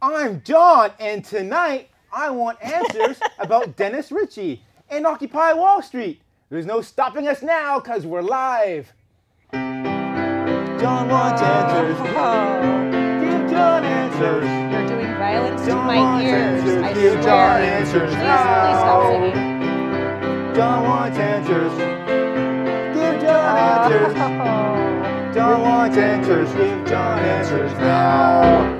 I'm John, and tonight I want answers about Dennis Ritchie and Occupy Wall Street. There's no stopping us now because we're live. John wants answers. Oh, Give John answers. you're doing violence to John my wants ears. answers. I Give John swear. answers Please, please stop now. singing. John wants answers. Give John answers. Oh. John wants answers. Give John answers now.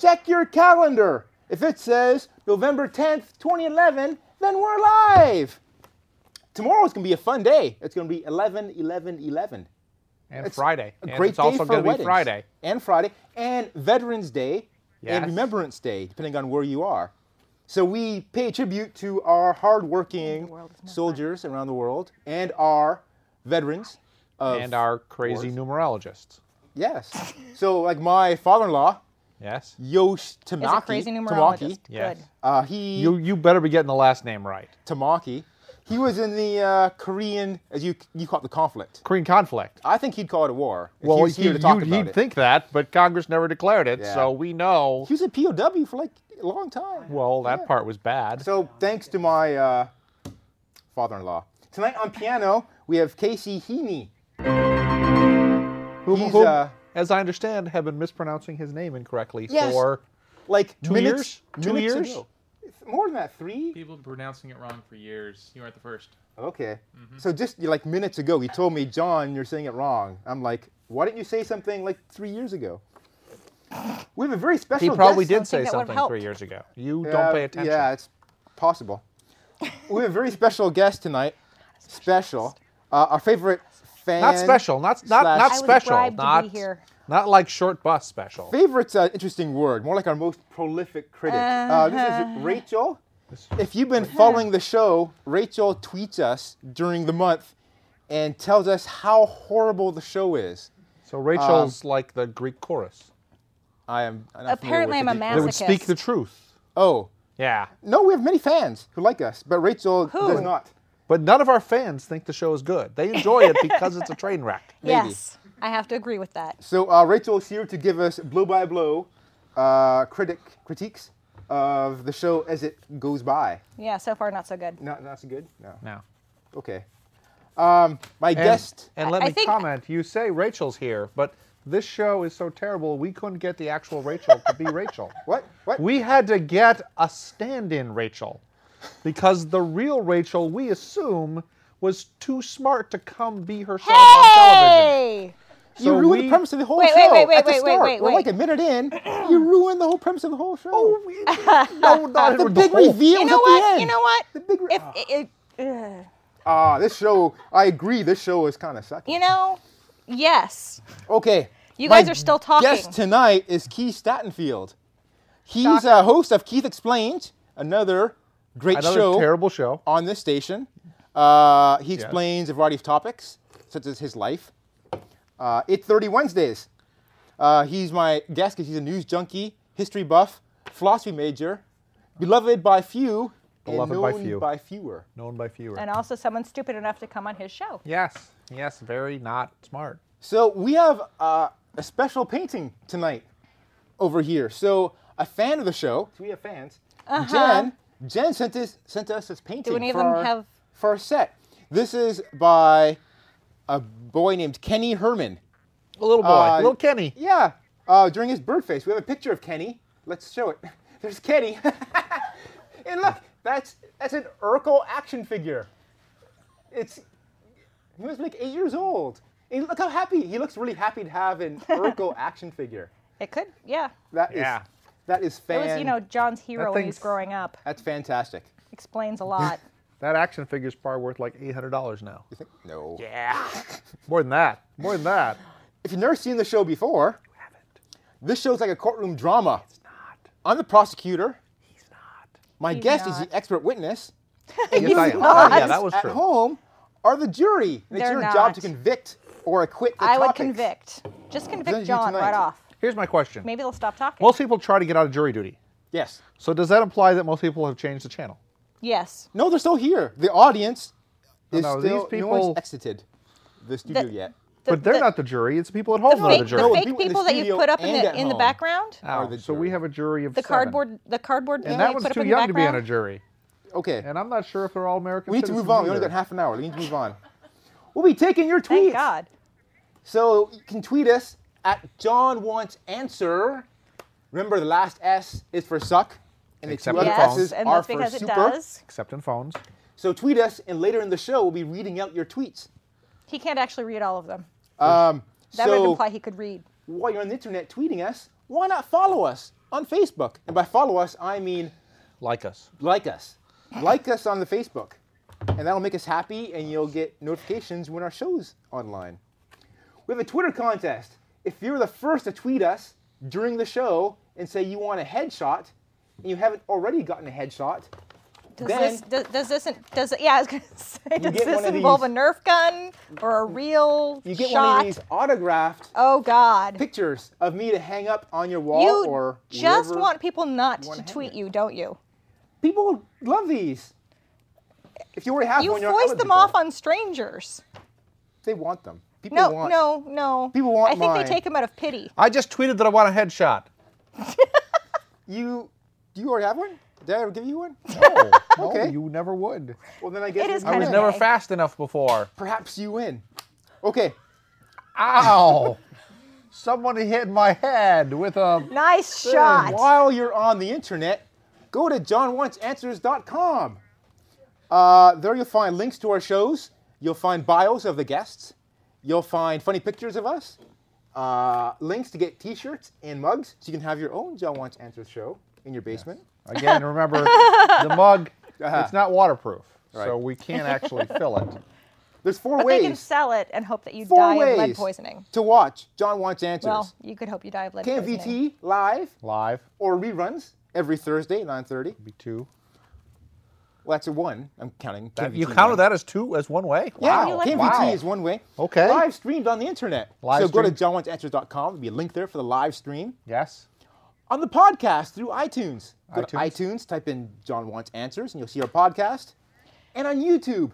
Check your calendar. If it says November 10th, 2011, then we're live. Tomorrow's going to be a fun day. It's going to be 11 11 11. and It's Friday. A and great it's also day for going to weddings. be Friday. And Friday. And Veterans Day and Yes. Remembrance Day, depending on where you are. So we pay tribute to our hardworking world is my soldiers around the world and our veterans. Of, and our crazy numerologists. Yes. So, like my father in law, Yes. Yosh Tamaki. Is a crazy Tamaki, numerologist. Yes. Good. uh, he, You you better be getting the last name right. Tamaki, he was in the uh, Korean, as you, you call it, the conflict. Korean conflict. I think he'd call it a war. if Uh, Well, he was here to you- talk you'd, about you'd it. think that, but Congress never declared it, Yeah. so we know. he was a POW for like a long time. Well, that Yeah. part was bad. So thanks to my uh, father-in-law. Tonight on piano we have Casey Heaney. whom, he's, whom, uh, as I understand, have been mispronouncing his name incorrectly Yes. for Like two minutes, years. Two minutes years. ago. more than that, three. People have been pronouncing it wrong for years. You aren't the first. Okay. So just like minutes ago, he told me, John, you're saying it wrong. I'm like, why didn't you say something like three years ago? We have a very He Oh, special. probably guest. did say that would something help. three years ago. You Yeah, don't pay attention. Yeah, it's possible. we have a very special guest tonight. Special. Uh, our favorite fan. Not special. Not not slash- not I was special. bribed to be not here. not like short bus special. Favorite's an interesting word, more like our most prolific critic. Uh, this Uh-huh. is Rachel. If you've been following the show, Rachel tweets us during the month and tells us how horrible the show is. So Rachel's like the Greek chorus. I am I'm not familiar Apparently, with I'm the a details. They would speak Masochist. the truth. Oh Yeah. no, we have many fans who like us, but Rachel Who? does not. But none of our fans think the show is good. They enjoy it because it's a train wreck. Yes, I have to agree with that. So uh, Rachel is here to give us blow by blow uh, critic critiques of the show as it goes by. Yeah, so far not so good. Not not so good. No. No. Okay. Um, my And, guest. and let I- I me think- comment. You say Rachel's here, but this show is so terrible we couldn't get the actual Rachel to be Rachel. What? What? We had to get a stand-in Rachel because the real Rachel we assume was too smart to come be herself on television. Hey! You So ruined the we- premise of the whole Wait, wait, show. wait, wait, at the wait, wait, start. wait, We're wait. like a minute in. You ruined the whole premise of the whole show. Oh, we- no, not the even big whole- reveal You was know at the what? end. You know what? The big ah. re- If it, it, ugh. ah, this show. I agree. This show is kind of sucky. you know, yes. okay. You my guys are still Guest talking. tonight is Keith Statenfield. He's Shocker. a host of Keith Explained, another great Another show terrible show. on this station. Uh, he explains a variety of topics, such as his life. Uh, 8.30 Wednesdays. Uh, he's my guest because he's a news junkie, history buff, philosophy major, beloved by few, and Beloved by known few. by fewer. Known by fewer. And also, someone stupid enough to come on his show. Yes. Yes. Very not smart. So we have uh, a special painting tonight over here. So a fan of the show, we have fans. Jen, Jen sent us sent us this painting. Uh-huh. any of for them our, have- for our set? This is by a boy named Kenny Herman. A little boy. Uh, little Kenny. Yeah, uh, during his bird face, we have a picture of Kenny. Let's show it. There's Kenny. and look, that's that's an Urkel action figure. It's he was like eight years old. And look how happy he looks. Really happy to have an Urkel action figure. It could, yeah. That is Yeah. that is It fan. was, you know, John's hero when he was thing's- growing up. that's fantastic. Explains a lot. That action figure's probably worth like eight hundred dollars now. You think no? Yeah. More than that. More than that. If you've never seen the show before, Haven't. this show's like a courtroom drama. Not. I'm the prosecutor. He's not. My He's guest is not. the expert witness. Yes, I am. not. Yeah, that was at true. home are the jury. And it's They're your job not. to convict or acquit the I would topics. convict. Just Then you convict John tonight. right off. Here's my question. Maybe they'll stop talking. Most people try to get out of jury duty. Yes. So does that imply that most people have changed the channel? yes. No, they're still here. The audience is Oh, no, still these no one's people- exited the studio The- yet. but they're the- not the jury. It's the people at home that are fake, the the jury. No, fake people in people, the that you studio put up in and at the in the home. background. Ow. are the So we jury. have a jury of The seven. cardboard, the cardboard And people that you one's put too up in the young to be on a background. jury. Okay. And I'm not sure if they're all American. we need to citizens move on. We only either. got half an hour. We need to move on. We'll be taking your tweets. Thank God. So you can tweet us at John Wants Answer. Remember, the last S is for suck, and the Except two other for Yes, phones. S's and are that's for because it super. does. Except in phones. So tweet us, and later in the show, we'll be reading out your tweets. He can't actually read all of them. Um, That so would imply he could read. while you're on the internet tweeting us, why not follow us on Facebook? And by follow us, I mean Like us. like us. Like us on the Facebook. And that'll make us happy and you'll get notifications when our show's online. We have a Twitter contest. If you're the first to tweet us during the show and say you want a headshot and you haven't already gotten a headshot, Does Then- this does, does this does yeah? I was gonna say, does get one this of involve these- a Nerf gun or a real you get shot? one of these autographed Oh God! pictures of me to hang up on your wall you or just wherever. want people not wanna to hang tweet it. you, don't you? people love these. If you already have You one, you're foist them eligible. off on strangers. They want them. People No, want. no, no. People want I think mine. they take them out of pity. I just tweeted that I want a headshot. You, do you already have one? Did I ever give you one? No. Okay. No, you never would. Well, then I guess It is we I I win. was Okay. never fast enough before. Perhaps you win. Okay. Ow! Someone hit my head with a. Nice Thing. shot. While you're on the internet, go to johnwantsanswers.com. Uh, there you'll find links to our shows. You'll find bios of the guests. You'll find funny pictures of us. Uh, links to get T-shirts and mugs, so you can have your own John Wants Answers show in your basement. Again, remember the mug. Uh-huh. It's not waterproof, Right. so we can't actually fill it. There's four But ways. they can sell it and hope that you four die ways of lead poisoning. to watch John Wants Answers. Well, you could hope you die of lead poisoning. KMVT live Live. or reruns every Thursday 9:30. Be two. Well, that's a one. I'm counting. That, KMVT you one. counted that as two as one way? Yeah, you Wow. like KMVT wow. is one way. Okay. Live streamed on the internet. Live so go to streamed. johnwantsanswers.com. There'll be a link there for the live stream. Yes. On the podcast through iTunes. Go to iTunes. iTunes, type in John Wants Answers, and you'll see our podcast. And on YouTube.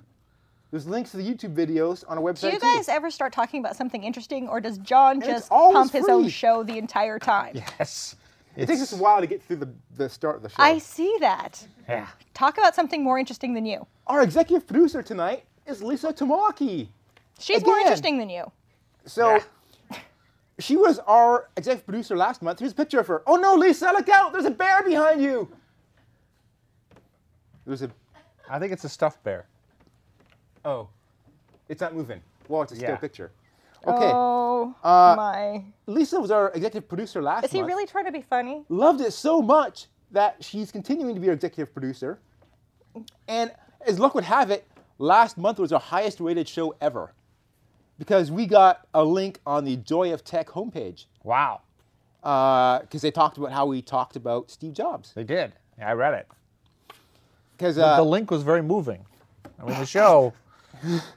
There's links to the YouTube videos on our website. Do you too. guys ever start talking about something interesting, or does John E? it's just always pump his own free. show the entire time? Yes. It takes us a while to get through the, the start of the show. I see that. Yeah. Talk about something more interesting than you. Our executive producer tonight is Lisa Tamaki. She's more Again. interesting than you. So Yeah. she was our executive producer last month. Here's a picture of her. Oh no, Lisa, look out! There's a bear behind you. There's a I think it's a stuffed bear. oh, it's not moving. Well, it's a still Yeah. picture. Okay, Oh Uh, my! Lisa was our executive producer last Is he month. really trying to be funny? Loved it so much that she's continuing to be our executive producer. And as luck would have it, last month was our highest rated show ever because we got a link on the Joy of Tech homepage. Wow. because they talked about how we talked about Steve Jobs. They did. Yeah, I read it. Because uh, the link was very moving. I mean, the show.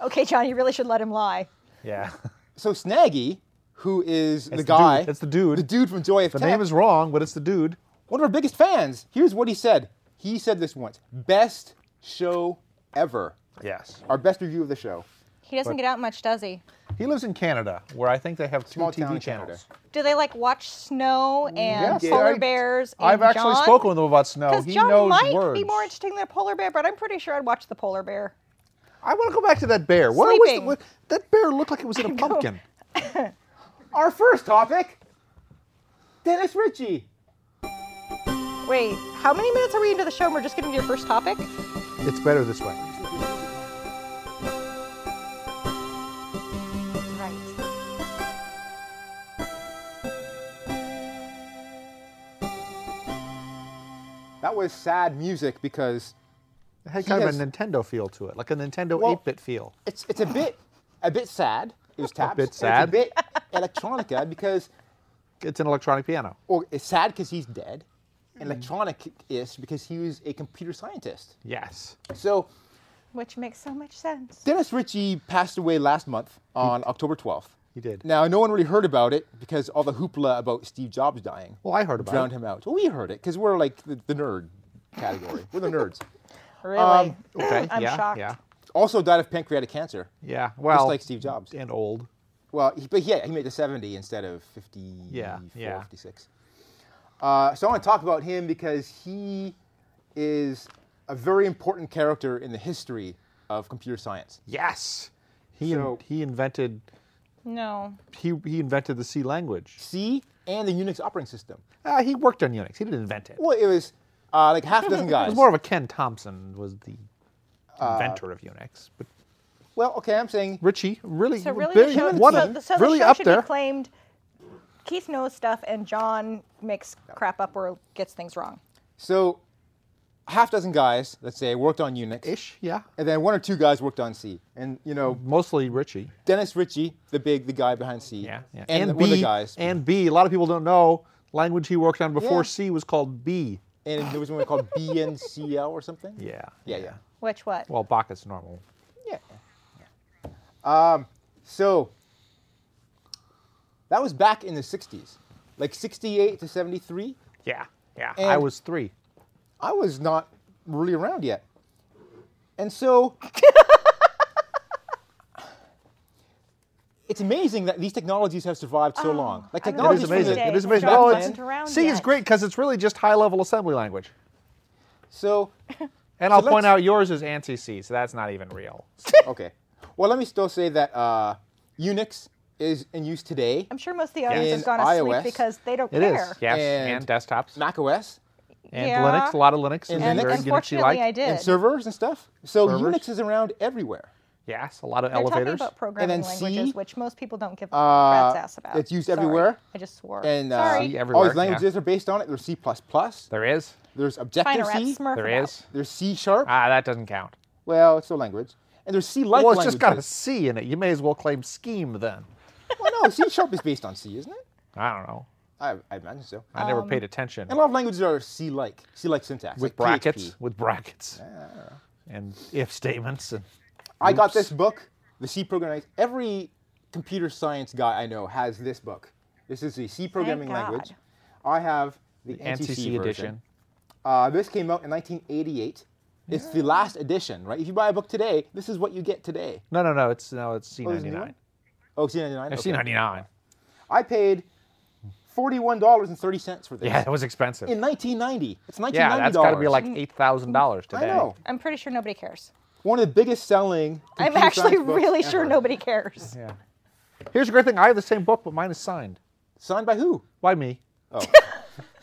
Okay, John, you really should let him lie. yeah. so Snaggy, who is the It's guy, Dude. It's the dude. the dude from Joy of The Tech, name is wrong, but it's the dude. one of our biggest fans. Here's what he said. He said this once: best show ever. Yes. Our best review of the show. He doesn't But- get out much, does he? He lives in Canada, where I think they have two Small TV town in Canada. channels. Do they like watch snow Mm, and Yes, polar I- bears? And I've actually John? spoken with him about snow. Because He John knows might words. be more interesting than a polar bear, but I'm pretty sure I'd watch the polar bear. I want to go back to that bear. Where was the, Sleeping. what, that bear looked like it was in a pumpkin. Our first topic: Dennis Ritchie. Wait, how many minutes are we into the show and we're just getting to your first topic? It's better this way. Right. That was sad music because It had He kind has- of a Nintendo feel to it, like a Nintendo Well, 8-bit feel. it's it's a bit a bit sad. It was taps. bit and sad. It's a bit electronica because It's an electronic piano. or it's sad because he's dead. and Electronic is because he was a computer scientist. Yes. So Which makes so much sense. Dennis Ritchie passed away last month on October 12th. He did. Now no one really heard about it because all the hoopla about Steve Jobs dying Well, I heard about drowned it. him out. Well, we heard it because we're like the, the nerd category. we're the nerds. Really? Um, Okay. I'm yeah. shocked. Yeah. Also died of pancreatic cancer, Yeah. Well, just like Steve Jobs. and old. Well, he, but yeah, he made the 70 instead of 54, Yeah, yeah. 56. Uh, so I want to talk about him because he is a very important character in the history of computer science. Yes. He in- So- he invented No. he he invented the C language. C and the Unix operating system. Uh, he worked on Unix. He didn't invent it. Well, it was uh, like half a dozen It guys. was more of a Ken Thompson was the inventor of Unix, but well, okay, I'm saying Richie really, So really, big- the show, what so, a- the- so the really show up should there. be claimed. Keith knows stuff, and John makes crap up or gets things wrong. so. Half dozen guys, let's say, worked on Unix, Ish, yeah. and then one or two guys worked on C. And you know, Mostly Richie. Dennis Ritchie, the big, the guy behind C, Yeah, yeah. and, B one of the guys, and B. A lot of people don't know language he worked on before Yeah. C was called B. and there was one called BNCL or something. Yeah. Yeah, yeah. Which what? Well, Bacchus normal. Yeah. Um, so that was back in the 60s, like 68 to 73. Yeah, yeah. I And- was three. I was not really around yet. And so it's amazing that these technologies have survived so long. Like I remember technologies from the these days. Oh, It is when amazing. John Oh, wasn't around it's, C is yet. great because it's really just high-level assembly language. so And I'll point let's- out yours is ANSI C, so that's not even real. okay. Well, let me still say that uh, Unix is in use today. I'm sure most of the audience In has gone asleep iOS, because they don't It is. care. Yes, and, And- desktops Mac OS and Yeah. Linux. A lot of Linux. And is And very Linux. unfortunately, Unity-like. I did. and servers and stuff. So Servers. Unix is around everywhere. Yes, a lot of They're elevators. talking about programming then C, languages, which most people don't give a uh, rat's ass about. it's used Sorry. everywhere. I just swore. And uh, Sorry. C all everywhere, these languages are based on it. There's C++. there is. There's Find a Objective rat C. smurf There about. is. There's C sharp. Ah, that doesn't count. Well, it's still language. And there's C like well, it's languages. just got a C in it. You may as well claim scheme then. well, no, C sharp is based on C, isn't it? I don't know. I, I imagine so. I never paid attention. And a lot of languages are C like, C like syntax. with like brackets, PHP. with brackets, and if statements. And I got this book, the C programming. Every computer science guy I know has this book. This is the C programming God. language. I have the NCC NTC version. edition. Uh, this came out in 1988. It's the last edition, right? If you buy a book today, this is what you get today. No, no, no. It's no, it's C Oh, there's a ninety new nine. one? Oh, C99. C ninety nine. I paid forty-one dollars and thirty cents for this. Yeah, that was expensive. In 1990, it's 1990. yeah, that's got to be like eight thousand dollars I today. know. I'm pretty sure nobody cares. One of the biggest selling. I'm computer actually science books really sure ever. nobody cares. Yeah. Here's a great thing. I have the same book, but mine is signed. Signed by who? Why me? Oh,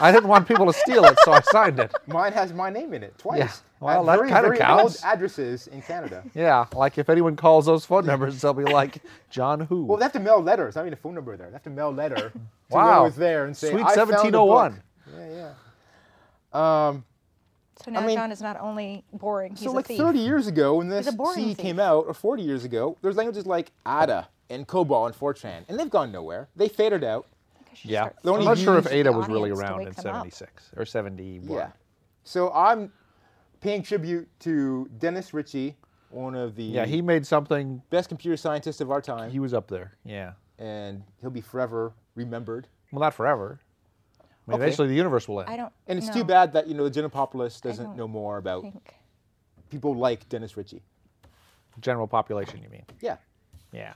I didn't want people to steal it, so I signed it. mine has my name in it twice. Yeah. Well, At that very, kinda very counts. old addresses in Canada. Yeah, like if anyone calls those phone numbers, they'll be like, John who? Well, they have to mail letters. Not even a phone number there. They have to mail letter to Wow. whoever's there and say, Sweet "I found the book." 1701. Yeah, yeah. Um, So now I mean- John is not only boring, he's so a like thief. 30 years ago, when this a boring C thief. came out, or 40 years ago, there's languages like Ada and COBOL and Fortran, and they've gone nowhere. They faded out. I should yeah. start only I'm not sure if used Ada the was really audience to around wake in them up. 76 or 71. Yeah. So I'm paying tribute to Dennis Ritchie, one of the Yeah, he made something. best computer scientists of our time, He was up there. Yeah. and he'll be forever remembered. Well, not forever. I mean, Okay. eventually the universe will end. I don't. And it's no, too bad that you know the general populace doesn't don't know more about I think- people like Dennis Ritchie. General population, you mean? Yeah. Yeah.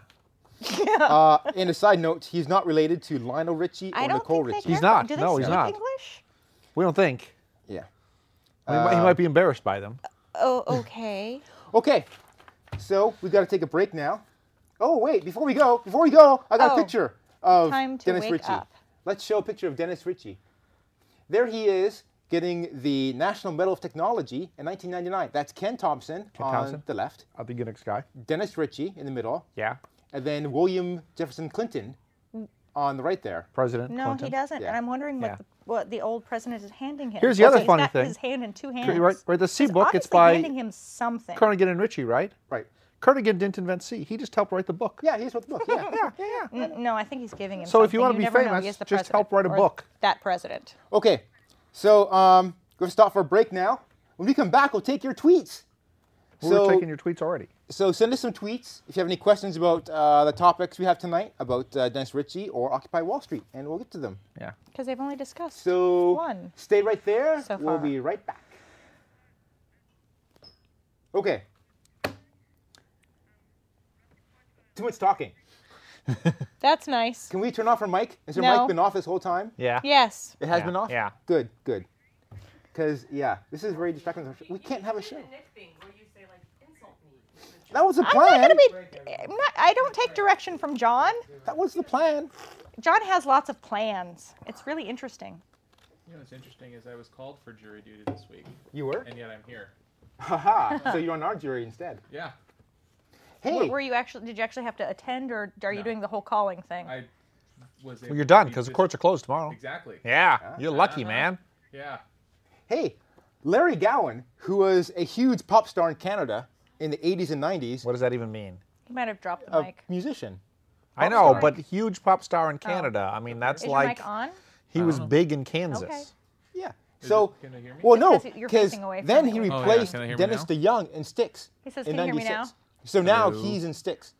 Oh. Uh, and a side note, he's not related to Lionel Richie I or don't Nicole think Richie. they care He's for- not. Do they No, he's speak not. English? We don't think. Yeah. I mean, he might- he might be embarrassed by them. Oh, okay. Okay. So we've got to take a break now. Oh wait, before we go, before we go, I got Oh. a picture of Time to Dennis wake Ritchie. up. Let's show a picture of Dennis Ritchie. There he is getting the National Medal of Technology in 1999. That's Ken Thompson on Thompson? the left, Of the Unix guy. Dennis Ritchie in the middle, Yeah. and then William Jefferson Clinton on the right there. President No, Clinton. he doesn't. Yeah. And I'm wondering what, Yeah. the, what the old president is handing him. Here's the Well, other he's funny got thing. His hand in two hands. Cur- Right, right. The C He's book. It's obviously by handing him something. Kernigan and Ritchie, right? Right. Kernigan didn't invent C. He just helped write the book. Yeah, here's what the book. Yeah. Yeah. Yeah. yeah. N- No, I think he's giving him. Mm. So if you something. wanna be never know. famous, He is the just help president write a or book. That president. Okay. So um, going to stop for a break now. When we come back, we'll take your tweets. We so, were taking your tweets already. So send us some tweets if you have any questions about uh, the topics we have tonight about uh, Dennis Ritchie or Occupy Wall Street, and we'll get to them. Yeah. Because they've only discussed So one. stay right there. So we'll far. be right back. Okay, Too much talking. That's nice. Can we turn off our mic? Has your No. mic been off this whole time? Yeah. Yes. It has Yeah, been off. yeah. Good. Good. Because yeah, this is very distracting. We can't have a show. Nick thing where you say like insult me. That was the I'm plan. not gonna be. I'm not, I don't take direction from John. That was the plan. John has lots of plans. It's really interesting. You know what's interesting is I was called for jury duty this week, You were. and yet I'm here. Haha. so you're on our jury instead. Yeah, Hey. Were, were you actually? Did you actually have to attend, or are you No. doing the whole calling thing? I was. Well, you're done because the courts are closed tomorrow. Exactly. Yeah. You're lucky, man. Yeah. Hey, Larry Gowan, who was a huge pop star in Canada in the 80s and 90s, What does that even mean? you might have dropped the Oh, a mic. musician. I know, star. but huge pop star in Canada. I mean, that's Is your like mic on? he was big in Kansas. Okay. Yeah. so, it- can they hear me? well, no, Because you're because facing away from then it. he Oh, yeah, replaced can they hear me Dennis now? DeYoung in Sticks. He says, in "Can you hear me 96. now?" So now Hello. he's in Sticks.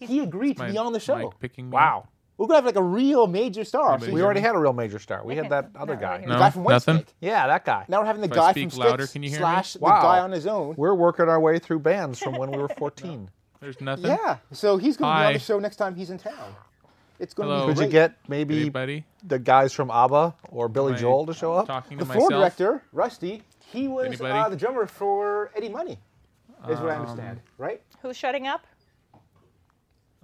He agreed to be on the show. picking me Wow. We're gonna have like a real major star. So Anybody We hear the already had a real major star. We I had that can't- other not really guy. hear No, guy from nothing? Whitesnake. Yeah, that guy. Now we're having the If I guy from speak Sticks louder, can you hear me? slash the Wow. guy on his own. We're working our way through bands from when we were 14. There's nothing. yeah. So he's gonna be on Hi. the show next time he's in town. It's gonna Hello. be Could great. you get maybe Anybody? the guys from ABBA or Billy Am I Joel to show up? Talking to the floor myself. director, Rusty, he was Anybody? uh, the drummer for Eddie Money, is what I understand, right? Who's shutting up?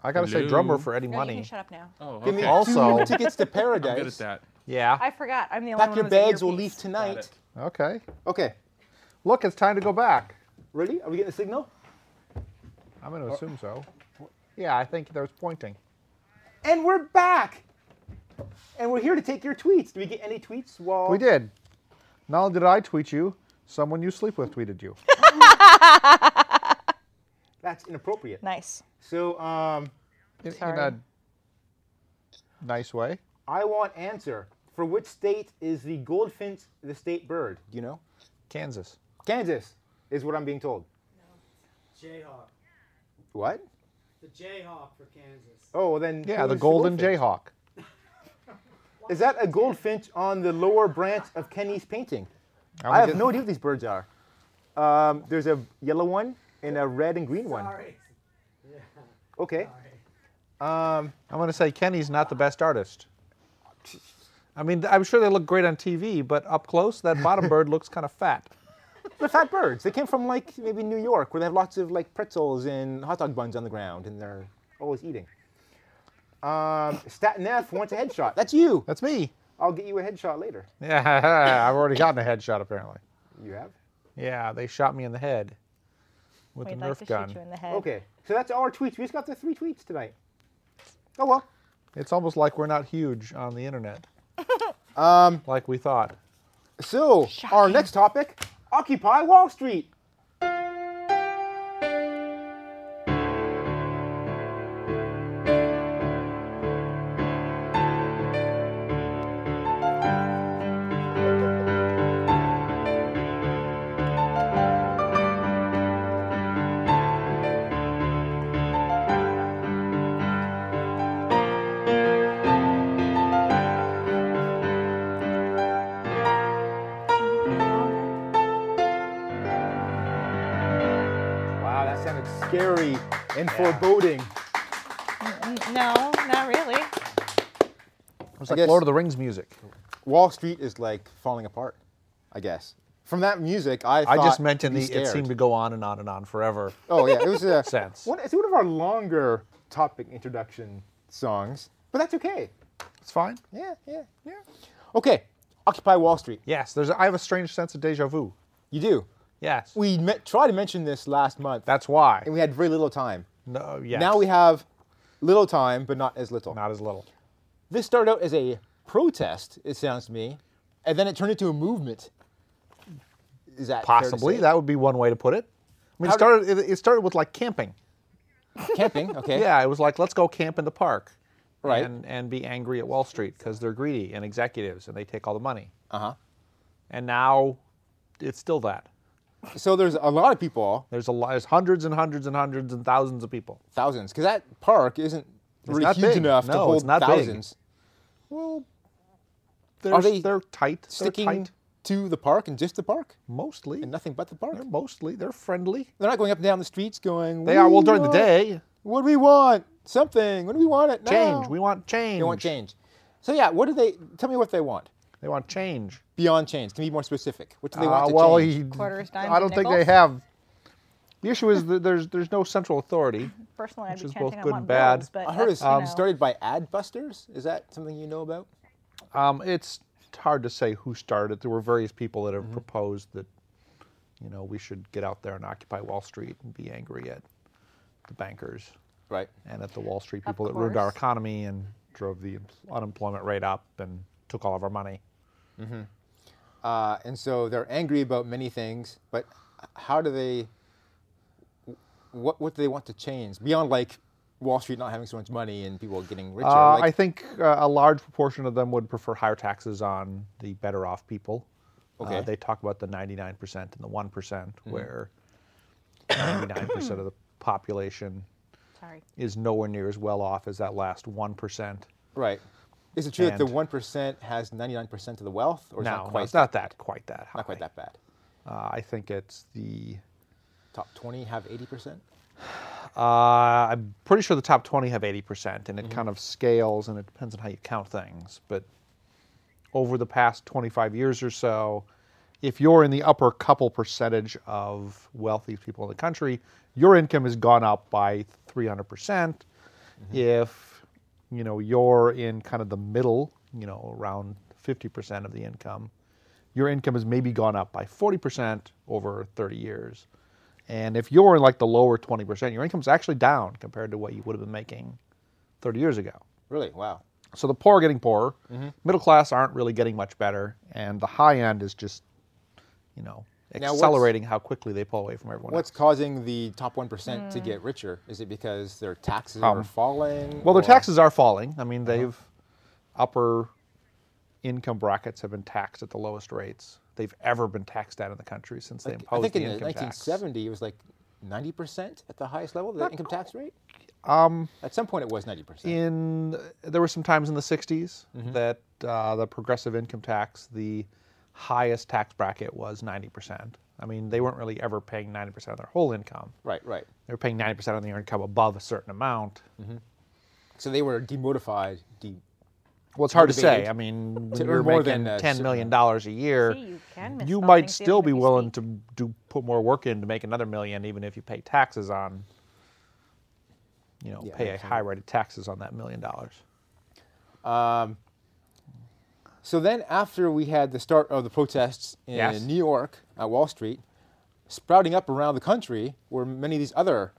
I gotta say, Hello. drummer for Eddie No, you Money. can shut up now. Oh, Give me okay. two I'm Also- tickets to paradise. good at that. yeah. I forgot. I'm the only Pack one. your who has an bags. We'll earpiece. leave tonight. it. Okay. Okay, Look, it's time to go back. ready? Are we getting a signal? I'm gonna assume so. Yeah, I think there's pointing. And we're back. And we're here to take your tweets. Do we get any tweets? While We did. Not only did I tweet you, someone you sleep with tweeted you. That's inappropriate. Nice. So um, In, in Sorry. a nice way. I want answer for which state is the goldfinch the state bird? Do you know? Kansas. Kansas is what I'm being told. Jayhawk. What? The Jayhawk for Kansas. Oh, well then. Yeah, who's the Golden goldfinch? Jayhawk. Is that a goldfinch on the lower branch of Kenny's painting? I'm I have gonna- no idea what these birds are. Um, there's a yellow one and a red and green one. Sorry. Okay. I'm gonna say Kenny's not the best artist. I mean, I'm sure they look great on TV, but up close, that bottom bird looks kind of fat. They're fat birds. They came from like maybe New York where they have lots of like pretzels and hot dog buns on the ground and they're always eating. Um, Staten F wants a headshot. That's you. That's me. I'll get you a headshot later. Yeah, I've already gotten a headshot apparently. You have? Yeah, they shot me in the head with We'd a like Nerf to gun. shoot you in the head. Okay. So that's all our tweets. We just got the three tweets tonight. Oh well. It's almost like we're not huge on the internet. um, like we thought. So our next topic, Occupy Wall Street. Wow, that sounded scary and foreboding. N- No, not really. It was I like guess- Lord of the Rings music. Wall Street is like falling apart, I guess. From that music, I I just thought mentioned be the it scared. seemed to go on and on and on forever. Oh yeah, it was a Sense. One, it's one of our longer topic introduction songs, but that's okay. It's fine. Yeah, yeah, yeah. Okay, Occupy Wall Street. Yes, there's. I have a strange sense of deja vu. You do. Yes, We me- tried to mention this last month, that's why. and we had very little time. No, yes. Now we have little time, but not as little. not as little. This started out as a protest, it sounds to me, and then it turned into a movement. Is that fair to Possibly say? that would be one way to put it. I How mean, it do- started. It, it started with like camping. camping? Okay. Yeah, it was like let's go camp in the park, Right. And and be angry at Wall Street because they're greedy and executives and they take all the money. Uh huh. And now, it's still that. So there's a lot of people, There's a lot. There's hundreds and hundreds and hundreds and thousands of people. thousands, because that park isn't really not huge big. enough to No, hold it's not big. thousands. Well, they're, Are they are tight. Sticking they're tight to the park and just the park mostly. and nothing but the park. They're mostly. They're friendly. They're not going up and down the streets going. They are. Well, "We during the want- day, What do we want? Something. What do we want it? Change. now? We want change. They want change. So yeah, what do they? Tell me what they want They want change. beyond change. Can you be more specific. What do they want Uh, to well, change? he- Quarters, dimes, I don't think they nickels? have. The issue is that there's there's no central authority. Personally, I'd Which be is chanting both I good want and bad. Bills, but I heard that's, it's you know, started by Adbusters. Is that something you know about? Um, it's hard to say who started. There were various people that have Mm-hmm. proposed that, you know, we should get out there and occupy Wall Street and be angry at the bankers Right. and at the Wall Street Of people that ruined our course. economy and drove the unemployment rate up and took all of our money. Uh, and so they're angry about many things, but how do they? What what do they want to change beyond like Wall Street not having so much money and people getting richer? Uh, like, I think uh, a large proportion of them would prefer higher taxes on the better off people. Uh, Okay. Hmm. they talk about the 99% and the one where 99% of the population Sorry. is nowhere near as well off as that last 1%. right. Is it true that the And- one percent has ninety nine percent of the wealth, or is no, not quite no, it's not that quite that high. not quite that bad? Uh, I think it's the. Top twenty have eighty percent. Uh, I'm pretty sure the top 20 have 80%, Mm-hmm. and it kind of scales and it depends on how you count things. But over the past 25 years or so, if you're in the upper couple percentage of wealthy people in the country, your income has gone up by 300%. percent If you know you're in kind of the middle, you know, around 50% of the income, your income has maybe gone up by 40% over 30 years. And if you're in like the lower 20%, your income's actually down compared to what you would have been making 30 years ago. Really? Wow. So the poor are getting poorer, Mm-hmm. middle class aren't really getting much better, and the high end is just, you know, Now what's- accelerating how quickly they pull away from everyone. What's causing the top one percent Hmm. to get richer? Is it because their taxes are Um, falling? Well, their or- taxes are falling. I mean, Uh-huh. they've upper income brackets have been taxed at the lowest rates they've ever been taxed at in the country since they Like, I imposed think the in the income tax. 1970 it was like 90 percent at the highest level, the income tax rate. Um, at some point it was 90 percent. in there were some times in the 60s Mm-hmm. that uh, the progressive income tax the highest tax bracket was 90% i mean they weren't really ever paying 90% of their whole income Right, right. they were paying 90% of their income above a certain amount So they were demodified. De- well it's hard to Motivated say i mean to when you're earn more making than a $10 certain million dollars a year See, you can miss you some might things still even be if you willing speak. to do put more work in to make another million even if you pay taxes on you know Yeah, pay a absolutely. high rate of taxes on that million dollars so then after we had the start of the protests in Yes. New York at Wall Street, sprouting up around the country were many of these other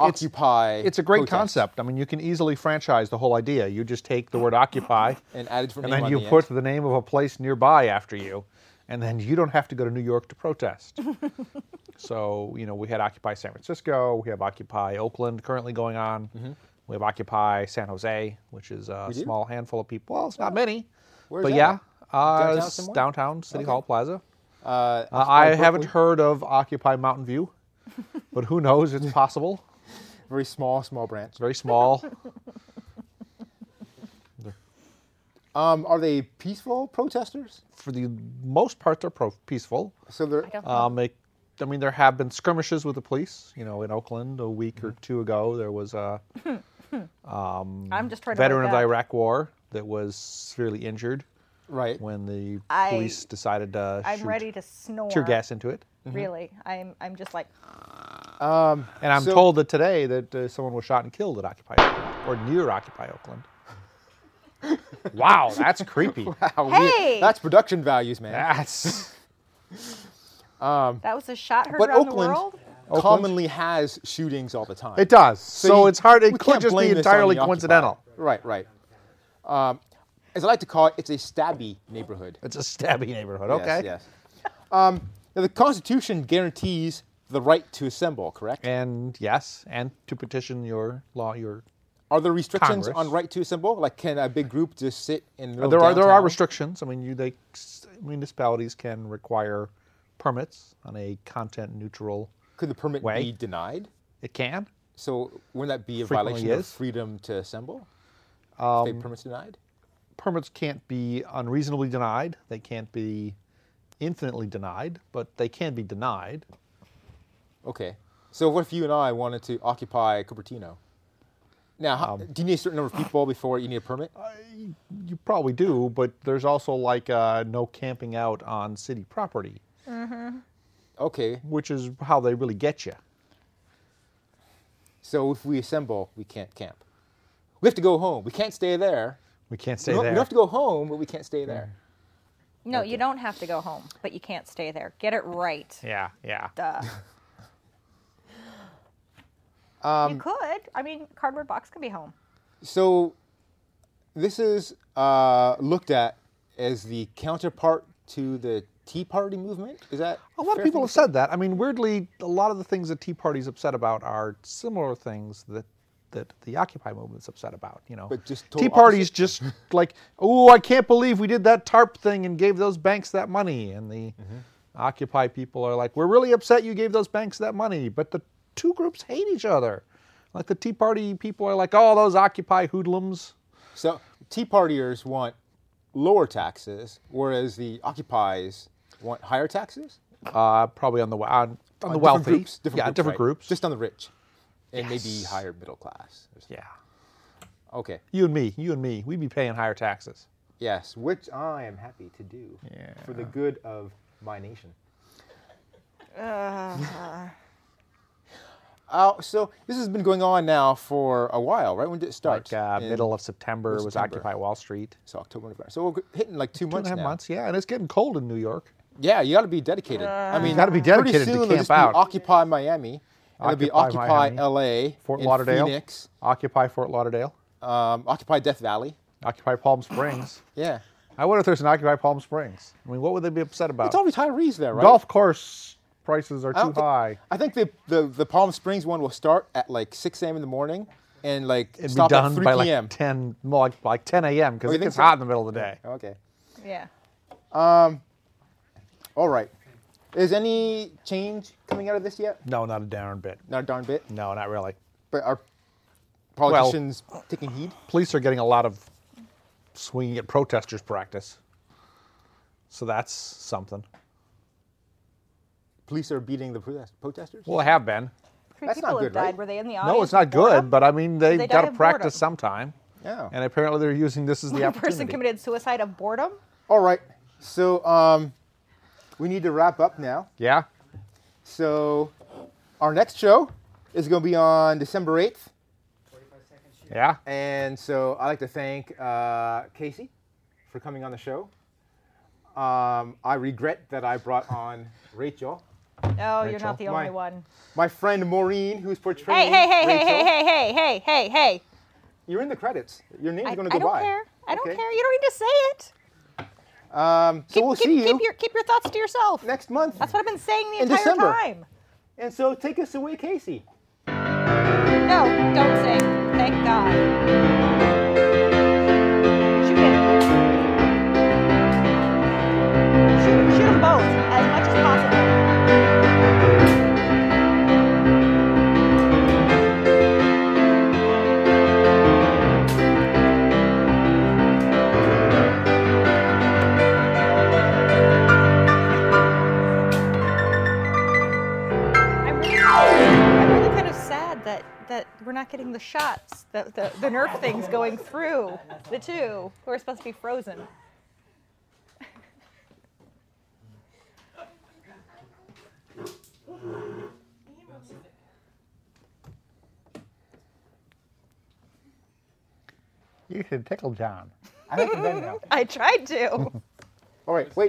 Occupy. It's a great protests concept. I mean, you can easily franchise the whole idea. You just take the word occupy And added from and then you put the name of a place nearby after you, and then you don't have to go to New York to protest. so, you know, we had Occupy San Francisco, we have Occupy Oakland currently going on, we have Occupy San Jose, which is a Mm-hmm. We do? small handful of people. Well, it's not many, Where's but that? yeah, uh, Downtown it's somewhere? downtown City Okay. Hall Plaza. Uh, Uh, I haven't Berkeley. heard of Occupy Mountain View, but who knows? It's possible. Very small, small branch. It's very small. Um, are they peaceful protesters? for the most part, they're pro- peaceful. So they're I don't know. Um, it, I mean, there have been skirmishes with the police. You know, in Oakland a week Mm-hmm. or two ago, there was a I'm just trying veteran to work of the out. Iraq War that was severely injured right. when the I- police decided to I'm shoot ready to snore. tear gas Mm-hmm. into it. Really, I'm. I'm just like. And I'm So- told that today that uh, someone was shot and killed at Occupy Oakland, or near Occupy Oakland. wow, that's creepy. How weird. Hey! That's production values, man. That's That was a shot heard But around Oakland- the world. Oakland? commonly has shootings all the time. it does. So, you- it's hard. we It could can't just be blame this on entirely the occupier. coincidental. Right, right. Um, as I like to call it, it's a stabby neighborhood. It's a stabby neighborhood. Yes, Okay. Yes. Um, now the Constitution guarantees the right to assemble, correct? And yes, and to petition your law, your are there restrictions Congress. on right to assemble? Like, can a big group just sit in? The middle of there are there are downtown? restrictions. I mean, you they municipalities can require permits on a content neutral. Could the permit Way. be denied? It can. So wouldn't that be a Frequently violation of is. freedom to assemble? Um, if they permits denied. Permits can't be unreasonably denied. They can't be infinitely denied, but they can be denied. Okay. So what if you and I wanted to occupy Cupertino? Now, how, Um, do you need a certain number of people before you need a permit? You probably do, but there's also like uh, no camping out on city property, Okay, which is how they really get you. so if we assemble, we can't camp. We have to go home. We can't stay there. We can't stay We don't, we there. Mm. don't have to go home, but we can't stay there. No, you don't have to go home, but you can't stay there. Get it right. Yeah, yeah. Duh. Um, you could. I mean, cardboard box could be home. So, this is uh, looked at as the counterpart to the Tea Party movement. Is that A lot fair of thing people have to said that. I mean, weirdly, a lot of the things that Tea Party's upset about are similar things that that the Occupy movement's upset about. You know, But just Tea total Party's just like, oh, I can't believe we did that TARP thing and gave those banks that money, and the Mm-hmm. Occupy people are like, we're really upset you gave those banks that money, but the two groups hate each other. Like the Tea Party people are like, oh, those Occupy hoodlums. So Tea Partiers want lower taxes, whereas the Occupies want higher taxes. Uh, probably on the on, on, the different wealthy, groups, different yeah, groups, different right? groups. Just on the rich, and maybe Yes. higher middle class. or something. yeah, Okay. you and me, you and me, we'd be paying higher taxes. Yes, which I am happy to do for the good of my nation. Uh-huh. Uh, so this has been going on now for a while, right? When did it start? like uh, In- middle of September was September. Occupy Wall Street. So October, November. So we're hitting like two, Two and months a half now. months, yeah, and it's getting cold in New York. Yeah, you got to be dedicated. I mean, Uh, gotta be dedicated pretty to soon it'll camp just be out. Occupy Miami. It'll be Occupy Occupy Miami. L.A. Fort and Lauderdale, Phoenix. Occupy Fort Lauderdale, Um, Occupy Death Valley. Occupy Palm Springs. Yeah. I wonder if there's an Occupy Palm Springs. I mean, what would they be upset about? It's all retirees there, right? Golf course prices are I too don't thi- high. I think the, the, the Palm Springs one will start at like 6 a.m. in the morning and like It'd stop be done at 3 by p.m. like 10, more like, like 10 a.m. Oh, because you it think gets so? hot in the middle of the day. okay. Yeah. All right. Is any change coming out of this yet? No, not a darn bit. Not a darn bit. No, not really. But are politicians taking heed? Police are getting a lot of swinging at protesters practice. So that's something. Police are beating the protest- protesters? Well, I have been. Three That's not people good, have died. right? Were they in the audience? No, it's not of boredom? good, but I mean, they, They die got to of practice boredom. sometime. Yeah. And apparently, they're using this as the One opportunity. person committed suicide of boredom. All right. So um, we need to wrap up now. Yeah, So our next show is going to be on December 8th. yeah. And so I'd like to thank uh, Casey for coming on the show. Um, I regret that I brought on Rachel. Oh, you're Rachel. not the only My- one. My friend Maureen, who's portraying Hey, hey, hey, hey, Rachel. hey, hey, hey, hey, hey, hey. You're in the credits. Your name's I, going to I go don't by. care. I don't Okay? care. You don't need to say it. Um, so Keep, we'll keep, see you keep your keep your thoughts to yourself. next month. That's what I've been saying the In entire December. time. And so take us away, Casey. No, don't sing. Thank God. Shoot it. Shoot, shoot 'em both as much as possible. I'm really, I'm really kind of sad that that we're not getting the shots, the, the, the Nerf things going through the two who are supposed to be frozen. You should tickle John. I think I'm done now. I tried to. All right, wait.